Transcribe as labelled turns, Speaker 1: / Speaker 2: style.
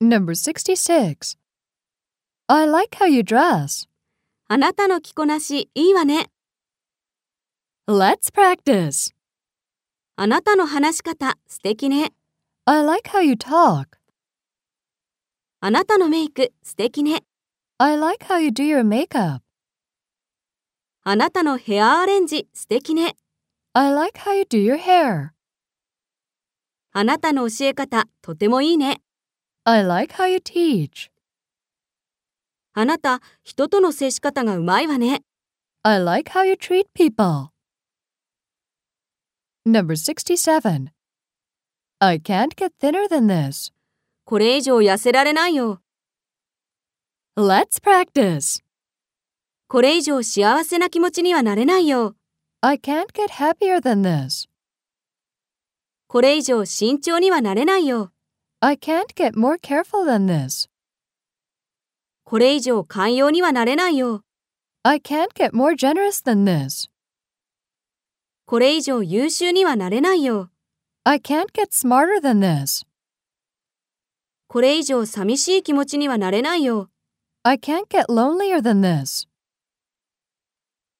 Speaker 1: Number 66. I like how you dress.
Speaker 2: あなたの着こなしいいわね。
Speaker 1: Let's practice.
Speaker 2: あなたの話し方素敵ね。
Speaker 1: I like how you talk.
Speaker 2: あなたのメイク素敵ね。
Speaker 1: I like how you do your makeup.
Speaker 2: あなたのヘアアレンジ素敵ね。
Speaker 1: I like how you do your hair.
Speaker 2: あなたの教え方とてもいいね。
Speaker 1: I like how you teach.
Speaker 2: あなた人との接し方がうまいわね。
Speaker 1: I like how you treat people. Number 67. I can't get thinner than this.
Speaker 2: これ以上痩せられないよ。
Speaker 1: Let's practice.
Speaker 2: これ以上幸せな気持ちにはなれないよ。
Speaker 1: I can't get happier than this.
Speaker 2: これ以上慎重にはなれないよ。
Speaker 1: I can't get more careful than this.
Speaker 2: これ以上寛容にはなれないよ。
Speaker 1: I can't get more generous than this.
Speaker 2: これ以上優秀にはなれないよ。
Speaker 1: I can't get smarter than this.
Speaker 2: これ以上寂しい気持ちにはなれないよ。
Speaker 1: I can't get lonelier than this.